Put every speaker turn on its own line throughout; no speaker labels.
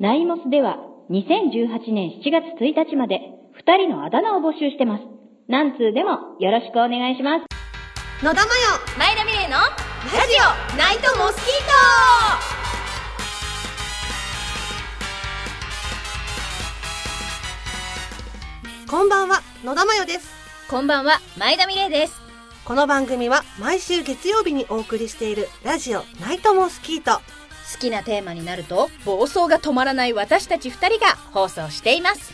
ナイモスでは2018年7月1日まで2人のあだ名を募集してます。何通でもよろしくお願いします。
野田真
前田美玲の
世ラジオナイトモスキートこんばんは野田真世です
こんばんは前田美玲です
この番組は毎週月曜日にお送りしているラジオナイトモスキート
好きなテーマになると暴走が止まらない私たち2人が放送しています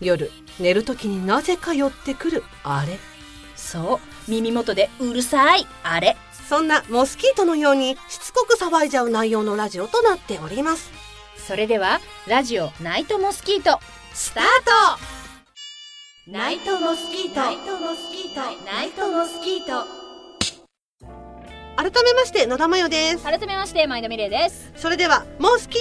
夜寝る時になぜか寄ってくるあれ
そう耳元でうるさいあれ
そんなモスキートのようにしつこく騒いじゃう内容のラジオとなっております
それではラジオナイトモスキート
スタートナイトモスキートナイトモスキート
ナイトモスキート
改めまして野田真世です
改めまして前田美玲です
それではモスキー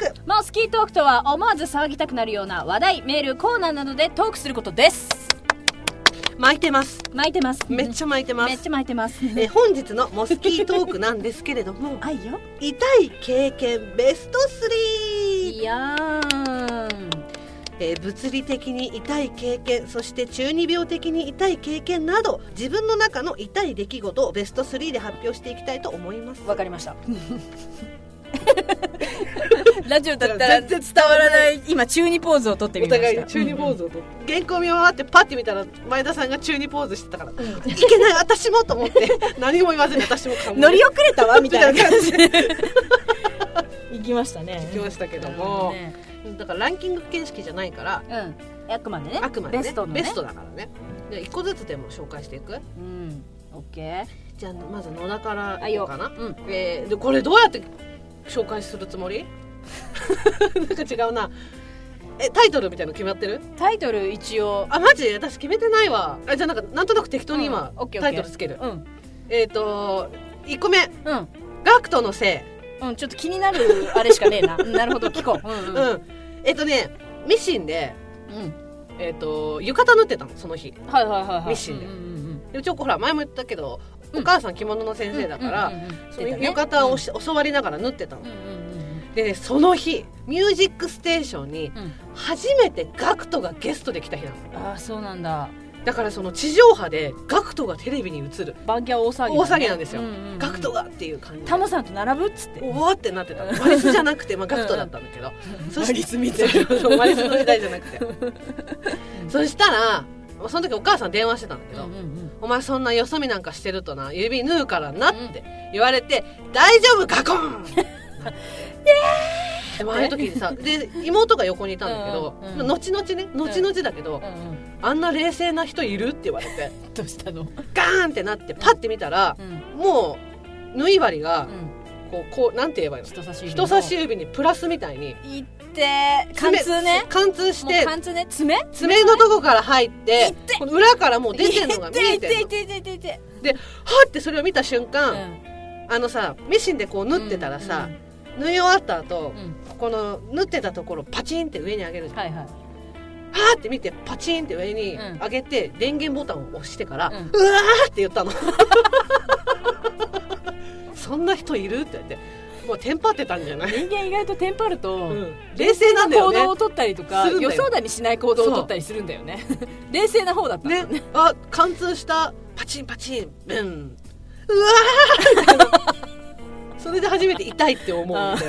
トーク
モスキートークとは思わず騒ぎたくなるような話題メールコーナーなどでトークすることです
巻いてます
巻いてます
めっち
ゃ
ゃ巻いてます、
めっちゃ巻いてます
えー本日のモスキートークなんですけれども
あいよ
痛い経験ベスト3、
いやーん
えー物理的に痛い経験そして中二病的に痛い経験など自分の中の痛い出来事をベスト3で発表していきたいと思います
わかりましたラジオだったら
全然伝わらない
今中二ポーズを取ってみ
お
ました
互い中二ポーズをとって原稿見終わってパッて見たら前田さんが中二ポーズしてたから、いけない私もと思って 何も言わずに私も考え
乗り遅れたわみたいな感じ
み
で行きましたね
行きましたけども、
ね
だからランキング形式じゃないから
うんあくまでね
あくまで、ね、
ベストのね
ベストだからねで一個ずつでも紹介していく
うんオッケ
じゃあまず野田から
ー
いこうかな、
うん
えーでこれどうやって紹介するつもり なんか違うなえタイトルみたいなの決まってる
タイトル一応
あマジ私決めてないわあじゃあなんかなんとなく適当に今、
うんオッケーオ
タ
ッケー
イトルつける
うん
えっ、ー、と1個目
うん
「ガクトのせ
うんちょっと気になるあれしかねえな うんなるほど聞こううん
い」
うん
うん、えっ、とねミシンで、
うん
えー、と浴衣縫ってたのその日
はいはいはいはい
ミシンで
うんうんうん
でうちはほら前も言ったけど、
うん
お母さん着物の先生だから、
うんうんうんうん
その浴衣をし、教わりながら縫ってたの
うん、うんうん
でねその日「ミュージックステーション」に
うん
初めてガクトがゲストで来た日なの
うんああそうなんだ
だからその地上波でガクトがテレビに映る
バンキャ大騒ぎ
大騒ぎなんですよ、ガクト
が
がっていう感じ
タモさんと並ぶっつって
おわってなってたのマリスじゃなくて、まあ、ガクトだったんだけどそして
マリスみたいな
そうマリスの時代じゃなくてそしたらその時お母さん電話してたんだけど、
うんうん
お前そんなよそ見なんかしてるとな指縫うからなって言われて「大丈夫ガ コン! 」でもああいう時にさで妹が横にいたんだけど、
うんうん
まあ後々ね後々だけど、
うんうんうん
あんな冷静な人いるって言われて
どうしたの
ガーンってなってパッて見たら
う、ん
もう縫い針が
うん
こうこうなんて言えばいいの
人差し指
人差し指にプラスみたいに
いって貫通ね
貫通し
もう
て
貫通ね爪
爪のとこから入ってこの裏からもう出てんのが見えて
い
ん
っ
の
ていっていっていって
ではーってそれを見た瞬
う
間、
ん
あのさミシンでこう縫ってたらさ、縫い終わった後
うん、うん
ここの縫ってたところパチンって上に上げるじゃん、
はいはい
はーって見てパチンって上に
うん
上げて、電源ボタンを押してから、
う
うんわーって言ったの そんな人いるって言ってもうテンパってたんじゃない、
人間意外とテンパると、
うん冷静なんだよ
行動
ね
を取ったりとか
するんだ
予
よ
想だにしない行動を取ったりするんだよね冷静な方だったんだよね
ねあ貫通したパチンパチンブンうわーそれで初めて痛いって思うみたいな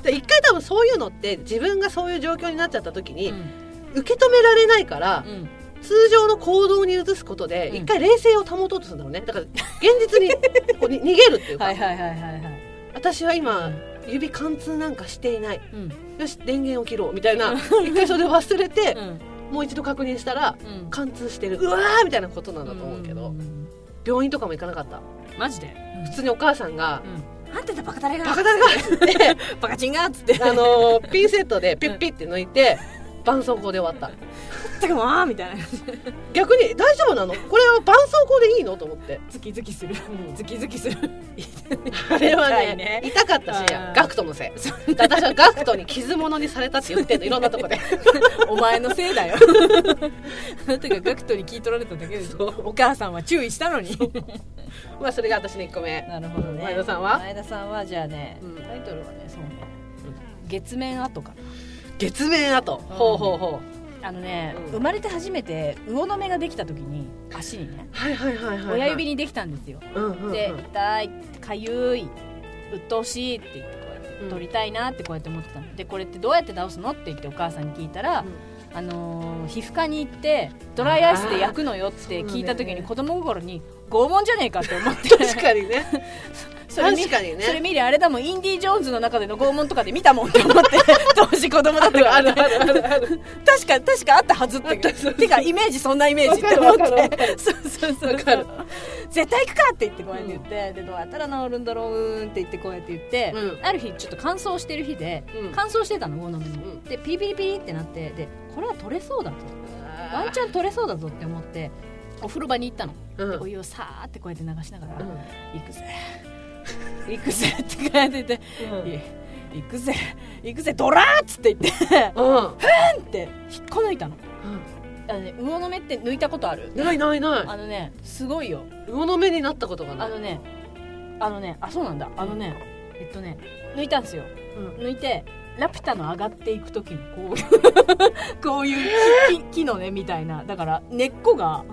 で一回多分そういうのって自分がそういう状況になっちゃった時に、
うん
受け止められないから、
うん
通常の行動に移すことで
うん
一回冷静を保とうとするんだろうねだから現実にこうに逃 げるっていうか、
はいはいはいはいはい
私は今
うん
指貫通なんかしていない
うん
よし電源を切ろうみたいな一回それを忘れて
う、ん
もう一度確認したら
うん
貫通してるうわーみたいなことなんだと思うけど、
んん
病院とかも行かなかった
うんマジで
普通にお母さんが
うんあんたたバカタレ
「
が
バカだな!」って
バカチンがっつって
あのーピンセットでピッピッって抜いて絆創膏で終わった
たかもーみたいな
逆に「大丈夫なのこれは絆創膏でいいの?」と思って
ズキズキするズキズキする
あれは
痛
ね
いね
痛かったし
あー
ガクトのせいだ私はガクトに傷物にされたって言ってんのいろんな とこで
お前のせいだよあなたがガクトに聞い取られただけです
そ
お母さんは注意したのに
まあそれが私の1個目
なるほどね
前田さんは
前田さんはじゃあね、
うん
タイトルはねそうね、月面跡かな
月面跡
ほうほうほうあのね、
うん
生まれて初めて魚の目ができた時に足にね
はいはいはいはいはい
親指にできたんですよ、
うんうんうん
で痛いかゆい鬱陶しいって言ってこうやって
うん
取りたいなってこうやって思ってたのでこれってどうやって倒すのって言ってお母さんに聞いたら、
うん
あのー皮膚科に行ってドライアイスで焼くのよっ
あー
て
そうなんだよね
聞いた時に子供心に拷問じゃねえかって思って
確かにね
それ見
確かにね
それ見りゃあれだもんインディ・ジョーンズの中での拷問とかで見たもんって思って 当時子供だったから
あるあるあるある
確か確かあったはずっててかイメージそんなイメージって思っ
わかるわか
てそうそうそう
わかる
絶対行くかって言ってこうやって言って、でどうやったら治るんだろううーんって言ってこうやって言って、
うん
ある日ちょっと乾燥してる日で、
うん
乾燥してたのゴーノブも、
うん
でピリピリピリってなってでこれは取れそうだと ワンチャン取れそうだぞって思ってお風呂場に行ったの、
うん
でお湯をさーってこうやって流しながら、行くぜ行くぜって書いてて、
うん
い行くぜ行くぜドラーっつって言って
うん
って引っこ抜いたのあのね魚の目って抜いたことある
ないないな
あのねすごいよ
い魚の目になったことがな
あ
い
のねあのねあそうなんだあのねえっとね抜いたんですよ
うん
抜いてラピュタの上がっていく時にこういうこう いう木木のねみたいなだから根っこが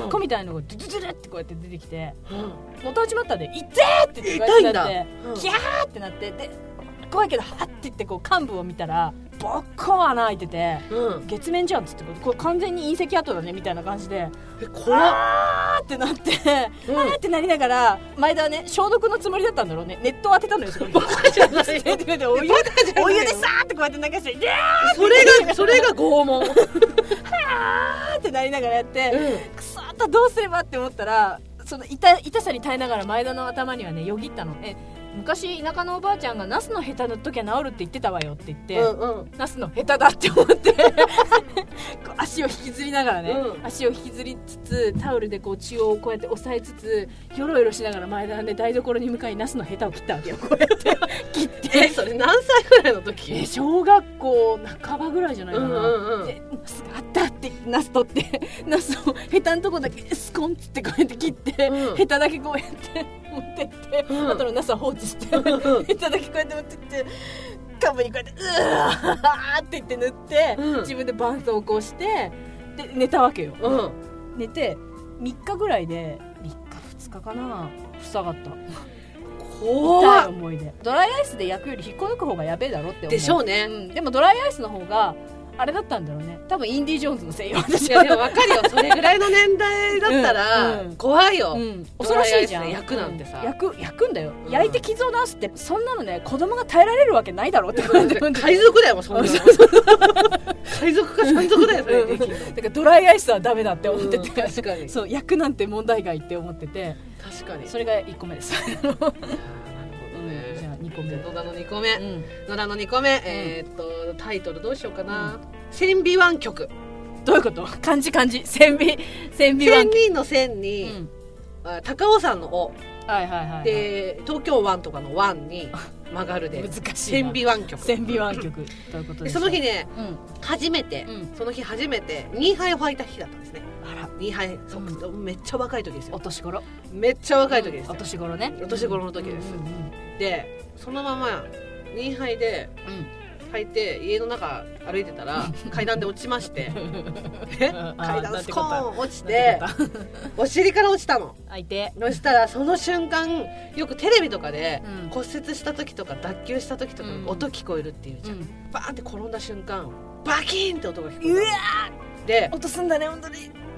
根っこみたいなのがドゥドゥドゥドゥってこうやって出てきて
うん
元始まったで「痛っ!」って言って
痛いん
ガチに
だ
なって
うん
キャーってなってで怖いけどハッて言ってこう幹部を見たらボッコ穴開いてて
うん
月面じゃんっつってこれ完全に隕石跡だねみたいな感じで
え怖っ
あーってなって
うん
あーってなりながら前田はね消毒のつもりだったんだろうね熱湯当てたのよ そこに
バカじゃないよ
でお湯
ないよ
お湯でさーってこうやって流して「ギャ
それがそれが拷 問
ー!」ってなりながらやってくそーったどうすればって思ったらその痛痛さに耐えながら前田の頭にはねよぎったのえ昔田舎のおばあちゃんがナスのヘタ塗っときゃ治るって言ってたわよって言って、
うんうん
ナスの下手だって思って こう足を引きずりながらね、
うん
足を引きずりつつタオルでこう血をこうやって押さえつつよろよろしながら前田はね台所に向かいナスの下手を切ったわけよこうやって切って
えそれ何歳ぐらいの
え
時
小学校半ばぐらいじゃないうかな、
んうんうん
でナスがあったってナス取って ナスをヘタのとこだけスコンっつってこうやって切って、
うん
ヘタだけこうやって持ってって、
うん
あとのナスは放置して、
うん
ヘタだけこうやって持ってって幹部にこうやって「うわー!」って言って塗って、
うん
自分で絆創膏してで寝たわけよ
うん
寝て3日ぐらいで3日2日かな塞がった
怖
痛い
っ
思い出ドライアイスで焼くより引っこ抜く方がやべえだろって思う
でしょう
う
ね
ん、でもドライアイスの方があれだったんだろうね多分インディ・ジョーンズのせいよ
い
私
や
は
でもわかるよそれぐらいの年代だったら
うんうん
怖いよ
うん、恐ろしいじゃん
ドライアイスで焼くなんてさ
う焼く焼くんだよ、
うん
焼いて傷を治すってそんなのね子供が耐えられるわけないだろうって感じで
海賊だよもうそんなの海賊か山賊だよそれできる
だからドライアイスはダメだって思って
うん
て、
確かに
そう焼くなんて問題外って思ってて
確かに
それが1個目です、うん、
なるほど
じゃ
ね
あ2個目、
野田の2個目
うん、
野田の2個目えーっとタイトルどうしようかな千美湾曲
どういうこと漢字漢字千尾千尾
千
湾
人の千
う
に
ん、
あ高尾山の尾
はいはいはい、はい、
で東京湾とかの湾に曲がるで
難しい
千
な
美湾曲
千尾湾曲ということ
で
で
その日ね
うん
初めて
うん
その日初めて2杯を履いた日だったんですね
あら
2杯そうめっちゃ若い時です
お
よ
年頃
めっちゃ若い時です
お
よ
年頃ね
お年頃の時です
うんうん
でそのまま2杯で履いて家の中歩いて たら階段で落ちましてえ
あー
階
な
段
ん
ス
て
コ
こった
ーン落ち
で
てお尻から落ちたの
相手
そしたらその瞬間よくテレビとかで
うん
骨折した時とか脱臼した時とか
うん
音聞こえるっていうじ
う
ゃん、
ん
バーンって転んだ瞬間バキーンって音が聞こえ
うわ
たで
落とすんだね本当に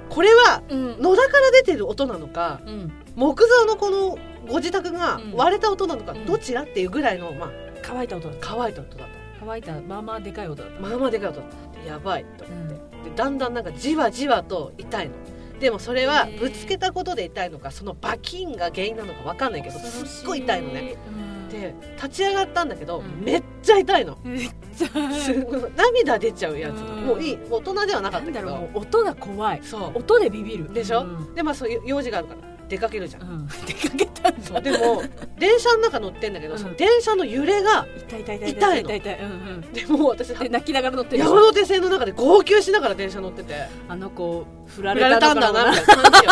これは
うん
野田から出てる音なのか
うん
木造のこのご自宅が
うん
割れた音なのか
うん
どちらっていうぐらいのまあ
乾いた音だっ
乾いた音だった
乾いたまあまあでかい音だった
たまあまあでかい音だったやばいと
う
思って、
ん
でだんだんなんかじわじわと痛いのでもそれは
へー
ぶつけたことで痛いのかそのバキンが原因なのかわかんないけどすっごい痛いのね
うん
で立ち上がったんだけど、
うん
めっちゃ痛いの、
めっちゃ
すごい涙出ちゃうやつ、
うん
もういい大人ではな
な
かった
ん
け
だろうも
ど
う音が怖い
そう
音でビビる
でしょ、
うん
でまあそういう用事があるから出かけるじゃん、
うん出かけたん
そう
だ
でも電車の中乗ってんだけど、
うん
その電車の揺れが
痛い痛い痛い
痛いの
痛い痛いうんうん
でもう私
で泣きながら乗ってるでしょ
山手線の中で号泣しながら電車乗ってて
あの子振ら
振
れ
られ
た
た
ん
ん
だ
だな
な
みたいな感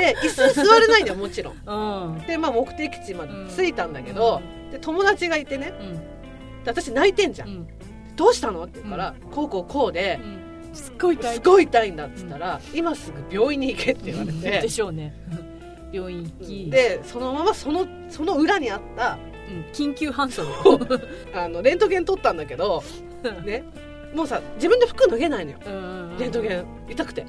じよで椅子に座れないんだよもちろん
うん
でまあ目的地まで着いたんだけど、で友達がいてね
うん
で私泣いてんじゃん、
ん
どうしたのって言うから、こうこうこうで、
すっごい
すごい痛いんだっつったら、今すぐ病院に行けって言われて
で、しょうね病院行き、
でそのままそのその裏にあった
うん緊急搬送
あのレントゲン取ったんだけどねもうさ自分で服脱げないのよレントゲ
ン
ン痛くて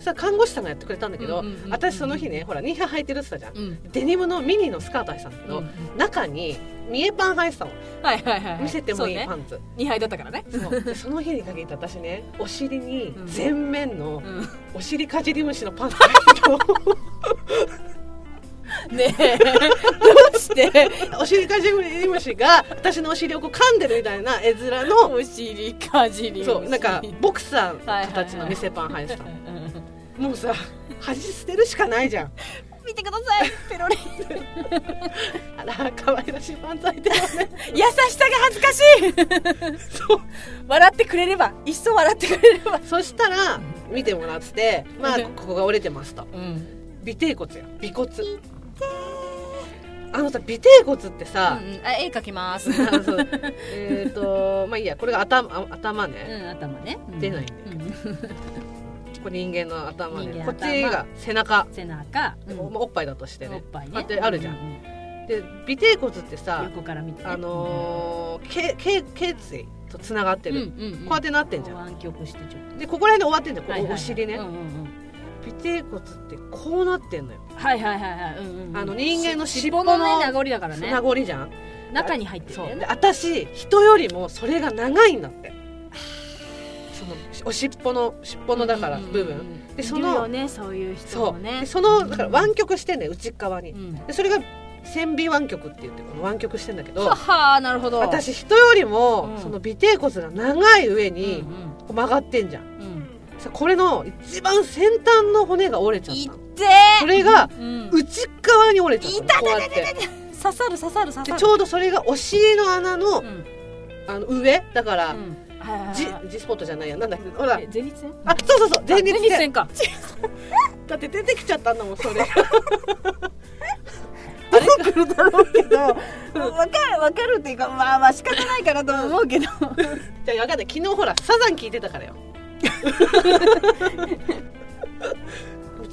さ看護師さんがやってくれたんだけど、私その日ねほらニーハー履いてるって言ってたじゃん、
うん
デニムのミニのスカート履いてたんだけど、
うん
中に見えパン履いてたの
はいはいはい
見せてもいい
そうね
パンツ
二杯だったからね
そうでその日に限って私ねお尻に
うん
全面の
うん
お尻かじり虫のパンツ履いて たの
ねえ どうして
お尻かじり虫が私のお尻をこう噛んでるみたいな絵面の
お尻かじり
そうなんかボク
は
サー
い
の
はいはい
形の見せパン履いてたの、
うん
もうさ恥捨てるしかないじゃん
見てくださいペロリ
あら可愛らしいパンツ履いてるわね
優しさが恥ずかし
そう
い笑ってくれればいっそ笑ってくれれば
そしたら見てもらって「まあ
うん
ここが折れてます」と
うん
尾低骨や尾骨あのさ尾低骨ってさ、
あ絵描きます
あのそうえっ、とまあいいやこれが頭あ頭ね、
頭ね
出ないんだよこれ人間の頭ね
人間
こっちが背中、
背中
でもまあおっぱいだとしてね
ぱい
こうやってあるじゃん
ん
で尾低骨ってさ
横から見てね
あのーけけ頸椎とつながって
うん
る、
うんうん
こうやってなってんじゃん
湾曲してちょっ
でここら辺で終わってんじゃん
と
こう、お尻ね、
はいはいはいうんうんうん
尾低骨ってこうなってんのよ
はいはいはいはいうんうんうん
あの人間の尻尾の
のね名残だから
名
ね
残じゃん、
中に入ってるん
そ
だ
う
よ
で
ね
私人よりもそれが長いんだってそのお尻尾の尻尾のだから部分、
うんうんうん
でその
いるよねそういう
そ
人
う
もね
でそのだから湾曲してんだよ内っ側に、
うん
でそれが線尾湾曲って言ってこの湾曲してんだけど
ははなるほど
私人よりも、
うん
その尾低骨が長い上
うん
に、こう曲がってんじゃん
うんうん
さこれの一番先端の骨が折れちゃ
いっ
ったの
て
それが
ーうん
内っ側に折れちゃったのこうやって
刺さる刺さる刺さる
でちょうどそれがお尻の穴の,、
うん
あの上だから、
うんはいはいはい
ジジスポットじゃないやなんだっけほら
え前立腺
あそうそうそう前立
前立
腺
腺か
だって出てきちゃったんだも んそれ出てくるだろうけどじゃあ
わかるわかるっていうかまあまあ仕方ないかなと思うけど
分かんない昨日ほらサザン聞いてたか らよ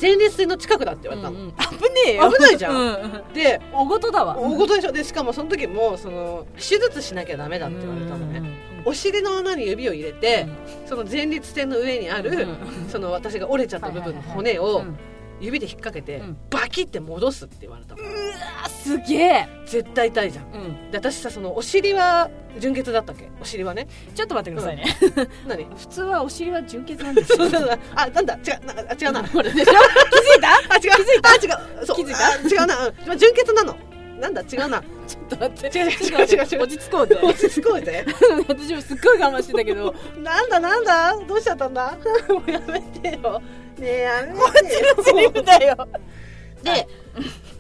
前立腺の近くだって言われたの、
うんうん 危ねえよ
危ないじゃん
うんうん
で
おごとだわ
大事でしょでしかもその時もその手術しなきゃダメだって言われたのね、お尻の穴に指を入れて、その前立腺の上にある、その私が折れちゃった部分の骨を指で引っ掛けて、
うん
バキって戻すって言われたの、
あすげえ
絶対痛いじゃんで私さそのお尻は純血だったっけお尻はね
ちょっと待ってくださいね
何
普通はお尻は純血なんです
そう
よ
そうそうあなんだ違うなんかあ違うな
これでし ょ気づいた
あ違う気づいた違うそう
気づい
た違うな、うんまあ純血なのなんだ違うな
ちょっと待って
違う違う違う違う
落ち着こうぜ
落ち着こうぜ
私もすっごい我慢してたけ ど
なんだなんだどうしちゃったんだ もうやめてよねえやめてよ
セリフだよ
で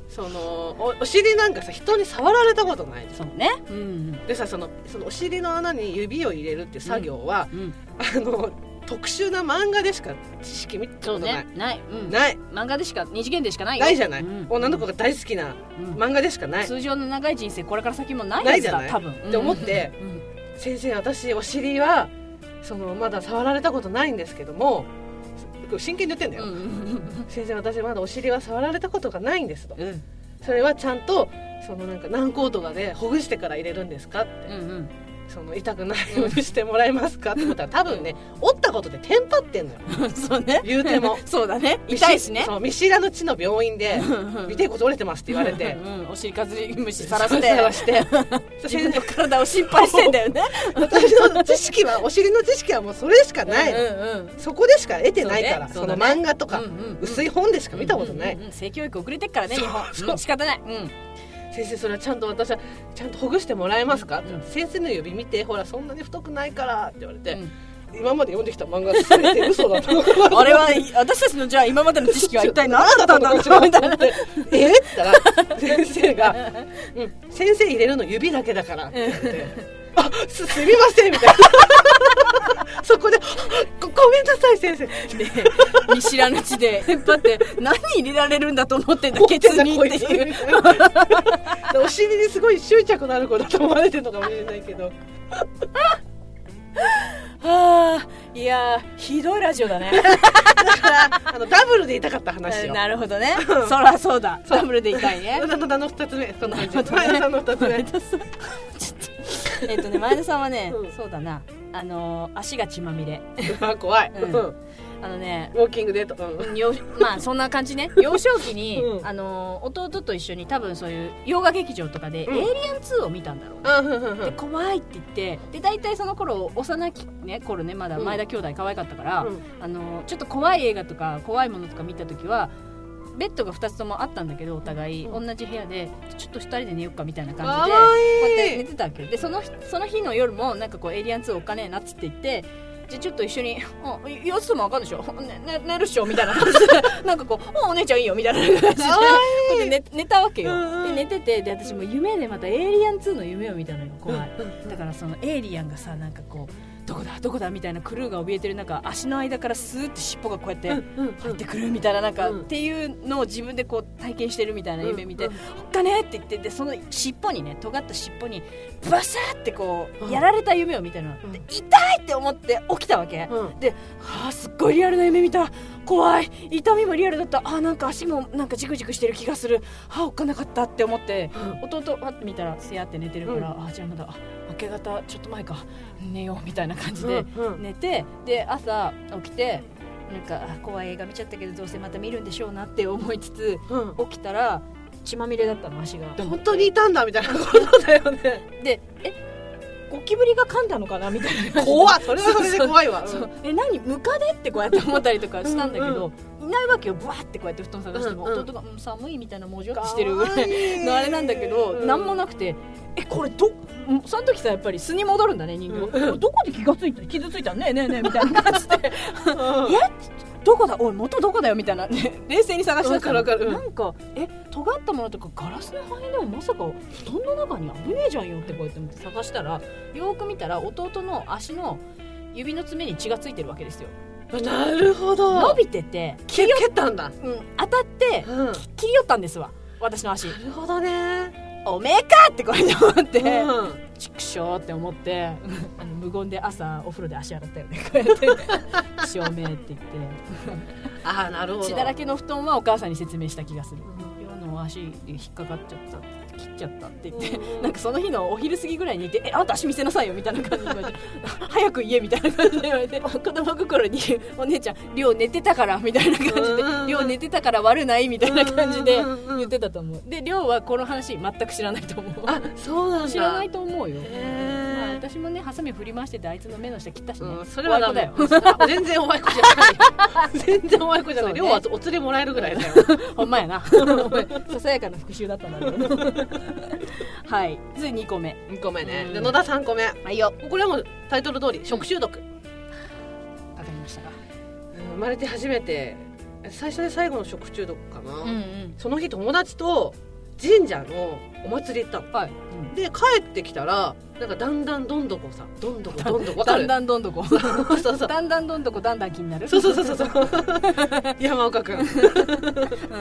そのおお尻なんかさ人に触られたことないじゃん
そうねうん
でさそのそのお尻の穴に指を入れるって作業は、
うん
あの特殊な漫画でしか知識見たことない、
ないうん
ない
漫画でしか二次元でしかないよ
ないじゃない、
うん
女の子が大好きな
うん
漫画でしかない、
通常の長い人生これから先もない
な
や
い
つ
じゃ
だ
ない
多分
って思って
うん
先生私お尻はそのまだ触られたことないんですけどもこれ真剣に言ってんだ
う
よ、
んうん
先生私まだお尻は触られたことがないんですと
うんうん
それはちゃんとそのなんか軟膏とかでほぐしてから入れるんですかって、
うんうん
その痛くないようにしてもらえますかってことは多分ね折ったことでテンパってんのよ
そうね。
言うても
そうだね。痛いしね。
そう見知らぬ地の病院で 「見てこ折れてます」って言われて
うん、お尻かずり虫さらして。
さらして
自分の体を心配してんだよ ね。
私の知識はお尻の知識はもうそれしかない、
うんうん。
そこでしか得てないから
そ
そ,、
うねそうだね
の漫画とか、
うんうんうん
薄い本でしか見たことない、
うんうんうん。性教育遅れてっからね、日本。
そう
うん仕方ない。うん。
先生それはちゃんと私はちゃんとほぐしてもらえますか、
うん
先生の指見てほらそんなに太くないからって言われて、
うん
今まで読んできた漫画全て嘘だと
あれは、私たちのじゃあ今までの知識は一体何だったんだろう み
ちょっと
たい
待
な
っ。てえ っって言ったら先生が、うん「先生入れるの指だけだから」って言われて あすすみませんみたいな そこでごごめんなさい先生
で見知らぬ地で引っ張って何入れられるんだと思って んだケツに
こい
って
つ
いう
みたいな お尻にすごい執着のある子だと思われてるのかもしれないけど
はあいやーひどいラジオだね
だからあのダブルで言いたかった話 よ
なるほどねそらそうだダブルで痛いね
野田野田の二つ目そんな感じ
な
野
るほどね
田さんの二つ 目
えっとね前田さんはね、
うん
そうだなあのー足が血まみれ
うわ怖い、
うん
うん
あのね
ウォーキングデート、うん
幼まあそんな感じね幼少期に、
うん
あのー弟と一緒に多分そういう洋画劇場とかで「
うん
エイリアン2」を見たんだろうね、
あふんふんふ
で
ん
怖いって言ってで大体その頃幼き、ね、頃ねまだ
うん
前田兄弟可愛かったから、
うん
あのーちょっと怖い映画とか怖いものとか見た時はベッドが2つともあったんだけどお互い、
うん
同じ部屋でちょっと2人で寝ようかみたいな
か
感じで
わ
こうやって
い
寝
い
てたわけよでその日その日の夜もなんかこう「エイリアン2おっかねえな」っつって言ってじゃあちょっと一緒に「あやつともわかんでしょ、ねね、寝るっしょ」みたいな感じで なんかこう「おお姉ちゃんいいよ」みたいな感じで
かわ
こうやって寝寝たわけよ
うんうん
で寝ててで私も夢でまた「エイリアン2」の夢を見たのよ怖いだからそのエイリアンがさなんかこうどこだどこだみたいなクルーが怯えてる中足の間からスーって尻尾がこうやって
う
入
んうんうん
ってくるみたいななんか、
うん
っていうのを自分でこう体験してるみたいな夢見て、
うん
おっかねって言ってでその尻尾にね尖った尻尾にバサーってこ
う
うんやられた夢を見たの、
うん
で痛いって思って起きたわけ、
うん
はあすっごいリアルな夢見た怖い痛みもリアルだったあーなんか足もなんかジクジクしてる気がするはあおっかなかったって思って弟はって見たらせやって寝てるから、あーじゃあまだあ明け方ちょっと前か寝ようみたいな感じで、
うんうん
寝てで朝起きてなんかあ怖い映画見ちゃったけどどうせまた見るんでしょうなって思いつつ
うん
起きたら血まみれだったの足が
本当にいたんだみたいなことだよね
でえゴキブリが噛んだのかなみたいな
怖っそれはそれで怖い わ
そうえ何ムカデってこうやって思ったりとかしたんだけどいないわけよブワーってこうやって布団探しても、
うんうん
弟が、うん、寒いみたいなもじょっ
うん
としてるぐらいのあれなんだけど、何もなくてえこれどんその時さやっぱり素に戻るんだね人形、
うん
これどこで気がついた傷ついたねえねえ ねえみたいな感じで
うん
えどこだおい元どこだよみたいな、ね、冷静に探し出したの
わかるわかるうん
なんかえ尖ったものとかガラスの破片でもまさか布団の中に危ねえじゃんよってこうやって思って探したらよーく見たら弟の足の指の爪に血がついてるわけですよ
なるほ
伸
ど
びてて、
蹴蹴ったんだ
うん、当たって
うんな
切り寄ったんですわ私の足
るほどね
おめえかってこうやって思って、
うん
ちくしょうって思って あの無言で朝お風呂で足洗ったよ ねこうやって「照明」って言っ
ああなるほ
て
ど
血だらけの布団はお母さんに説明した気がする
う
今日の足引っかかっちゃった切っちゃったって言って
う ん
なんかその日のお昼過ぎぐらいにいて「えあなた足見せなさいよ」みたいな感じで言われて早く言え」みたいな感じで言われて子供心に「お姉ちゃん寮寝てたから」みたいな感じで
うん
「寮寝てたから悪ない」みたいな感じで
うんうんうんうん
言ってたと思うで寮はこの話全く知らないと思う
あそうなんだ
知らないと思うよ、まあ
へ
私もねハサミ振り回しててあいつの目の下切ったし
ー
ね、
うんそれはダメ
怖い子だよ
全然お前子じゃな い全然お前子じゃない
そうね
量はお釣りもらえるぐらいだよ
ほんまやな ささやかな復讐だったんだろうな はいつい2個目
2個目ね
うん
で野田3個目
はいよ
これはもうタイトル通り食中毒
わかりましたか
生まれて初めて最初で最後の食中毒かな、
ん
その日友達と神社のお祭り行ったの
はい、
で帰ってきたらなんかだんだんどんどこさどんどこどんどこわか
だ
る
んだんどんどこ
そうそうそう
だんだんどんどこだんだん気になる
そうそうそうそうそう山岡君
う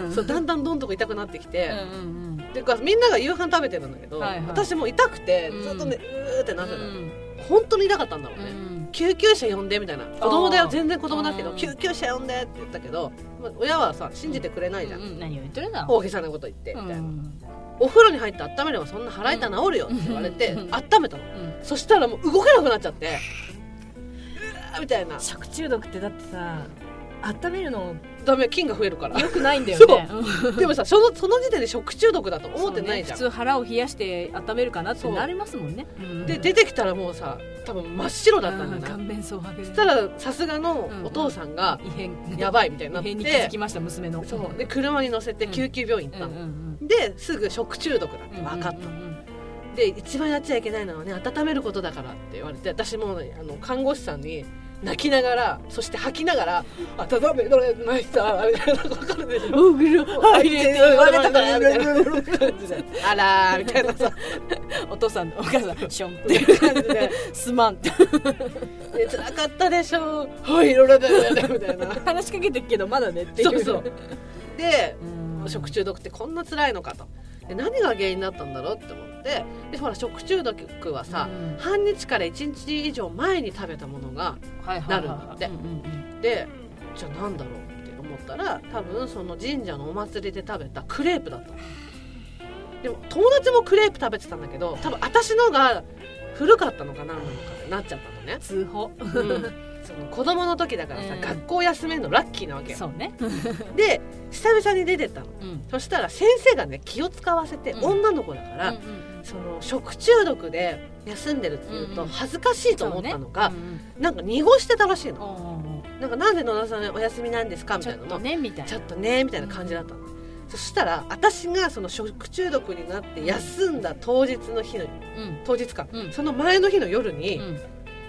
ん
そうだんだんどんどこ痛くなってき
うん
て、
うんうん
でかみんなが夕飯食べてるんだけど、
はいはい
私もう痛くて
うん
ずっとね、うーってなってた
う
の、
ん
本当に痛かったんだろう
う
ね、
ん
救急車呼んでみたいな子供だ
あ
よ
ー
全然子供だけど
うん
救急車呼んでって言ったけど、まあ親はさ信じてくれないじゃん、
うん何を言ってるんだ
大げさなこと言って
う
み
ん
たいな、
うん
お風呂に入って温めればそんな腹痛治るよって言われて、
うん
温めたのそしたらもう動けなくなっちゃってうわーみたいな
食中毒ってだってさ温めるの
ダメ菌が増えるから
良くないんだよね
でもさそのその時点で食中毒だと思ってないじゃん、
そうね普通腹を冷やして温めるかなってなりますもんね
で出てきたらもうさ多分真っ白だったんだよ
顔
な
面蒼白で
そしたらさすがのお父さんが
異変
やばいみたいにな
異
っ
変に気づ
て
きました娘の
そうで車に乗せて救急病院行ったの、ですぐ食中毒だって分かったの、で一番やっちゃいけないのはね温めることだからって言われて私もうねあの看護師さんに泣きながらそして吐きながら「温められました」みたいな分かるでしょ
おぐる入れて言われたからみたいな
感じであらーみたいなさ
お父さんお母さんションっ
って
て
いう感じで。
すまんって
ね辛かったでしょはいいろいろだよねみたいな
話しかけてるけどまだねっていう
そうそうで
うん
食中毒ってこんな辛いのかとで何が原因だったんだろうって思ってでほら食中毒はさ、
うん
半日から1日以上前に食べたものが
はいはいはい
なるんだって
うんうん
でじゃあ何だろうって思ったら多分その神社のお祭りで食べたクレープだったのでも友達もクレープ食べてたんだけど多分私のが古かったのか何なのかってなっちゃったのね
うん、通報
その子供の時だからさ、
うん
学校休めるのラッキーなわけよ
そうね
で久々に出てったの
うん
そしたら先生がね気を使わせて、
うん
女の子だから、
うん
その食中毒で休んでるって言う
う
と
ん
恥ずかしいと思ったのが、
うんうん
なんか濁してたらしいの、
おー
なんかなんで野田さんお休みなんですかみ
ち
た
ょ
い
っ
な
と
のも
ねみたい
ち
な
ょっとねみたいな感じだったの、そしたら私がその食中毒になって休んだ当日の日の
うん
当日か、
うん
その前の日の夜に、
うん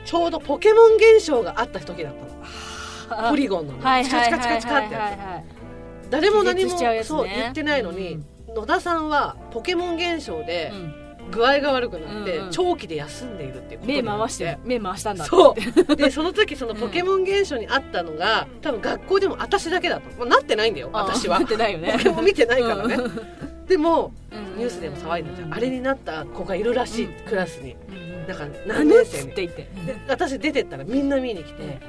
ちょうどポケモン現象があった時だったのポ
リ
リゴンのね
はい
チ
は
カ
い
チ
は
カ
い
チカチカってやつ
はい
誰も何
気絶
も
しちゃうやつね
そう言ってないのに、野田さんはポケモン現象で
うん
具合が悪くなって
うんうん
長期で休んでいるっていうこと
目
になって
回して目回したんだ
そううでその時そのポケモン現象にあったのが多分学校でも私だけだと、まあ、なってないんだよ私は
なってないよね
ポ ケモン見てないからねでも
ニ
ニュースでも騒いでたじゃんあれになった子がいるらしい
うん
クラスにだから何
何
年
年
生
生
に
って言って
で私出てったらみんな見に来て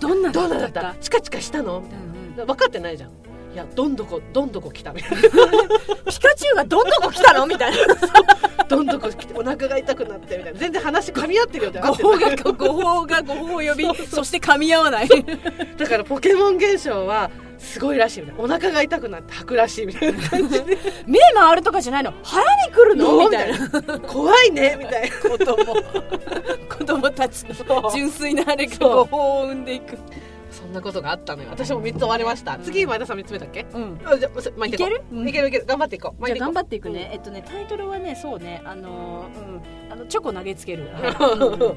どんな
「どうなんだったチカチカしたの?」みたい
うんうん
な分かってないじゃんいやどんどこどんどこ来たみたいな
ピカチュウがどんどこ来たのみたいな
どんどこ来てお腹が痛くなってみたいな全然話噛み合ってるよって
誤報が
だ
誤報が誤報を呼びそして噛み合わない
からポケモン現象はすごいらしいみたいなお腹が痛くなって吐くらしいみたいな感 じで
目回るとかじゃないの腹に来るのみたいな
な 怖いねみたいな
子 供子供たちの純粋なあれが
そ
誤
う
報を生んでいく
そんなことがあったのよ私も3つ終わりました次前田さん3つ目だっけ
うん
あじゃあまあい
いける
いけるいける頑張っていこう
じゃあ頑張
っ
っていくね、えっとねタイトルはねそうねあのーうんあのチョコ投げつけるうんうん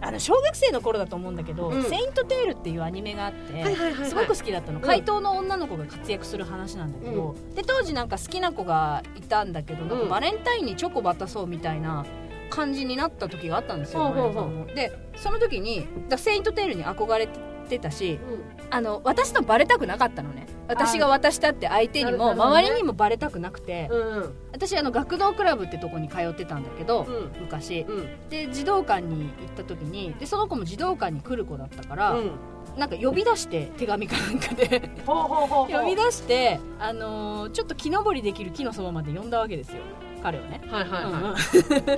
あの小学生の頃だと思うんだけど「
うん
セイント・テール」っていうアニメがあって、
はいはいはいはい
すごく好きだったの
ん
怪盗の女の子が活躍する話なんだけど、で当時なんか好きな子がいたんだけど、なんかバレンタインにチョコ渡そうみたいな感じになった時があったんですよ、
ほうほうほ
前田
う
さんもでその時に「だセイント・テール」に憧れてたし、
うん
あの私のバレたくなかったのね私が渡したって相手にも
なるほどね
周りにもバレたくなくて
うんうん
私あの学童クラブってとこに通ってたんだけど
うん
昔
うん
で児童館に行った時にでその子も児童館に来る子だったから、
うん
なんか呼び出して手紙かなんかで
ほうほうほう
呼び出して、あのーちょっと木登りできる木のそばまで呼んだわけですよ彼をね、
はいはい
うんう
は
ん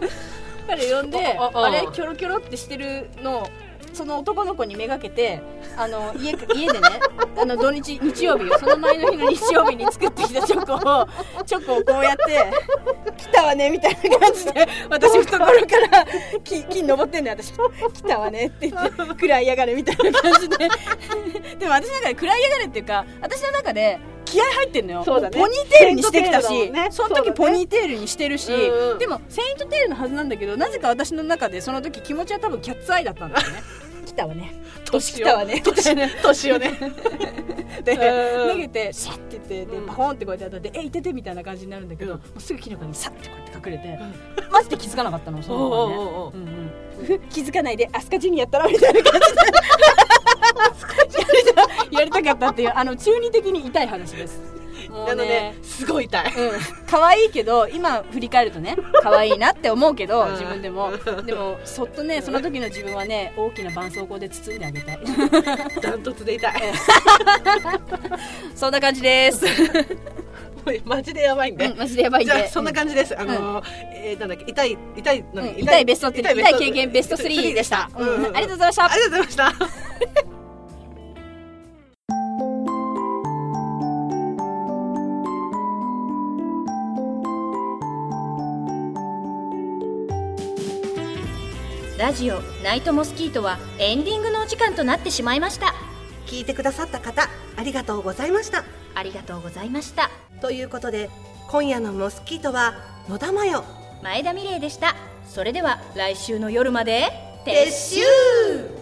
彼呼んで
あ
あ
ああ
れキョロキョロってしてるのをその男の子にめがけてあの家か家でねあの土日日曜日よその前の日の日曜日に作ってきたチョコをチョコをこうやって「来たわね」みたいな感じで私懐から木木に登ってんのよ私「来たわね」って言って「食らいやがれ」みたいな感じででも私の中で「食らいやがれ」っていうか私の中で気合入ってんのよ
そうだね
ポニーテールにしてきた
セイント
し
テールだもんね
その時
そう
ポ
だね
ニーテールにしてるし、
うんうん
でも「セイント・テール」のはずなんだけどなぜか私の中でその時気持ちは多分キャッツアイだったんだよ ね来たわね年来たわね年
年 をね
で
うんうん
投げてシャッて言ってで
うん
パコンってこうやってやったらで「えいてて」みたいな感じになるんだけど、
うん
もうすぐキノコにサッてこうやって隠れて、マジで気づかなかったのその子はね
おうおうお
う
う
んうん気づかないで「アスカジュニやったら」みたいな感じでやりたかったっていうあの中二的に痛い話ですも
な
う
の
ね
ねすごい 痛い
うん可愛いけど今振り返るとね可愛いなって思うけど
うん
自分でもでもそっとねその時の自分はね大きな絆創膏で包んであげたい
ダントツで痛い
そんな感じです、
もうマジでやばいんで
うん、マジでやばいん
じゃあ
で
そんな感じです。あのーえーなんだっけ痛い痛いなんだっ
うん
け
痛いベスト3痛い
ベスト
経験ベスト3でした、
うんうん
うんありがとうございました
ありがとうございました。
ラジオ「ナイトモスキート」はエンディングのお時間となってしまいました
聞いてくださった方ありがとうございました
ありがとうございました
ということで今夜のモスキートは野田真代
前田美玲でしたそれでは来週の夜まで撤
撤収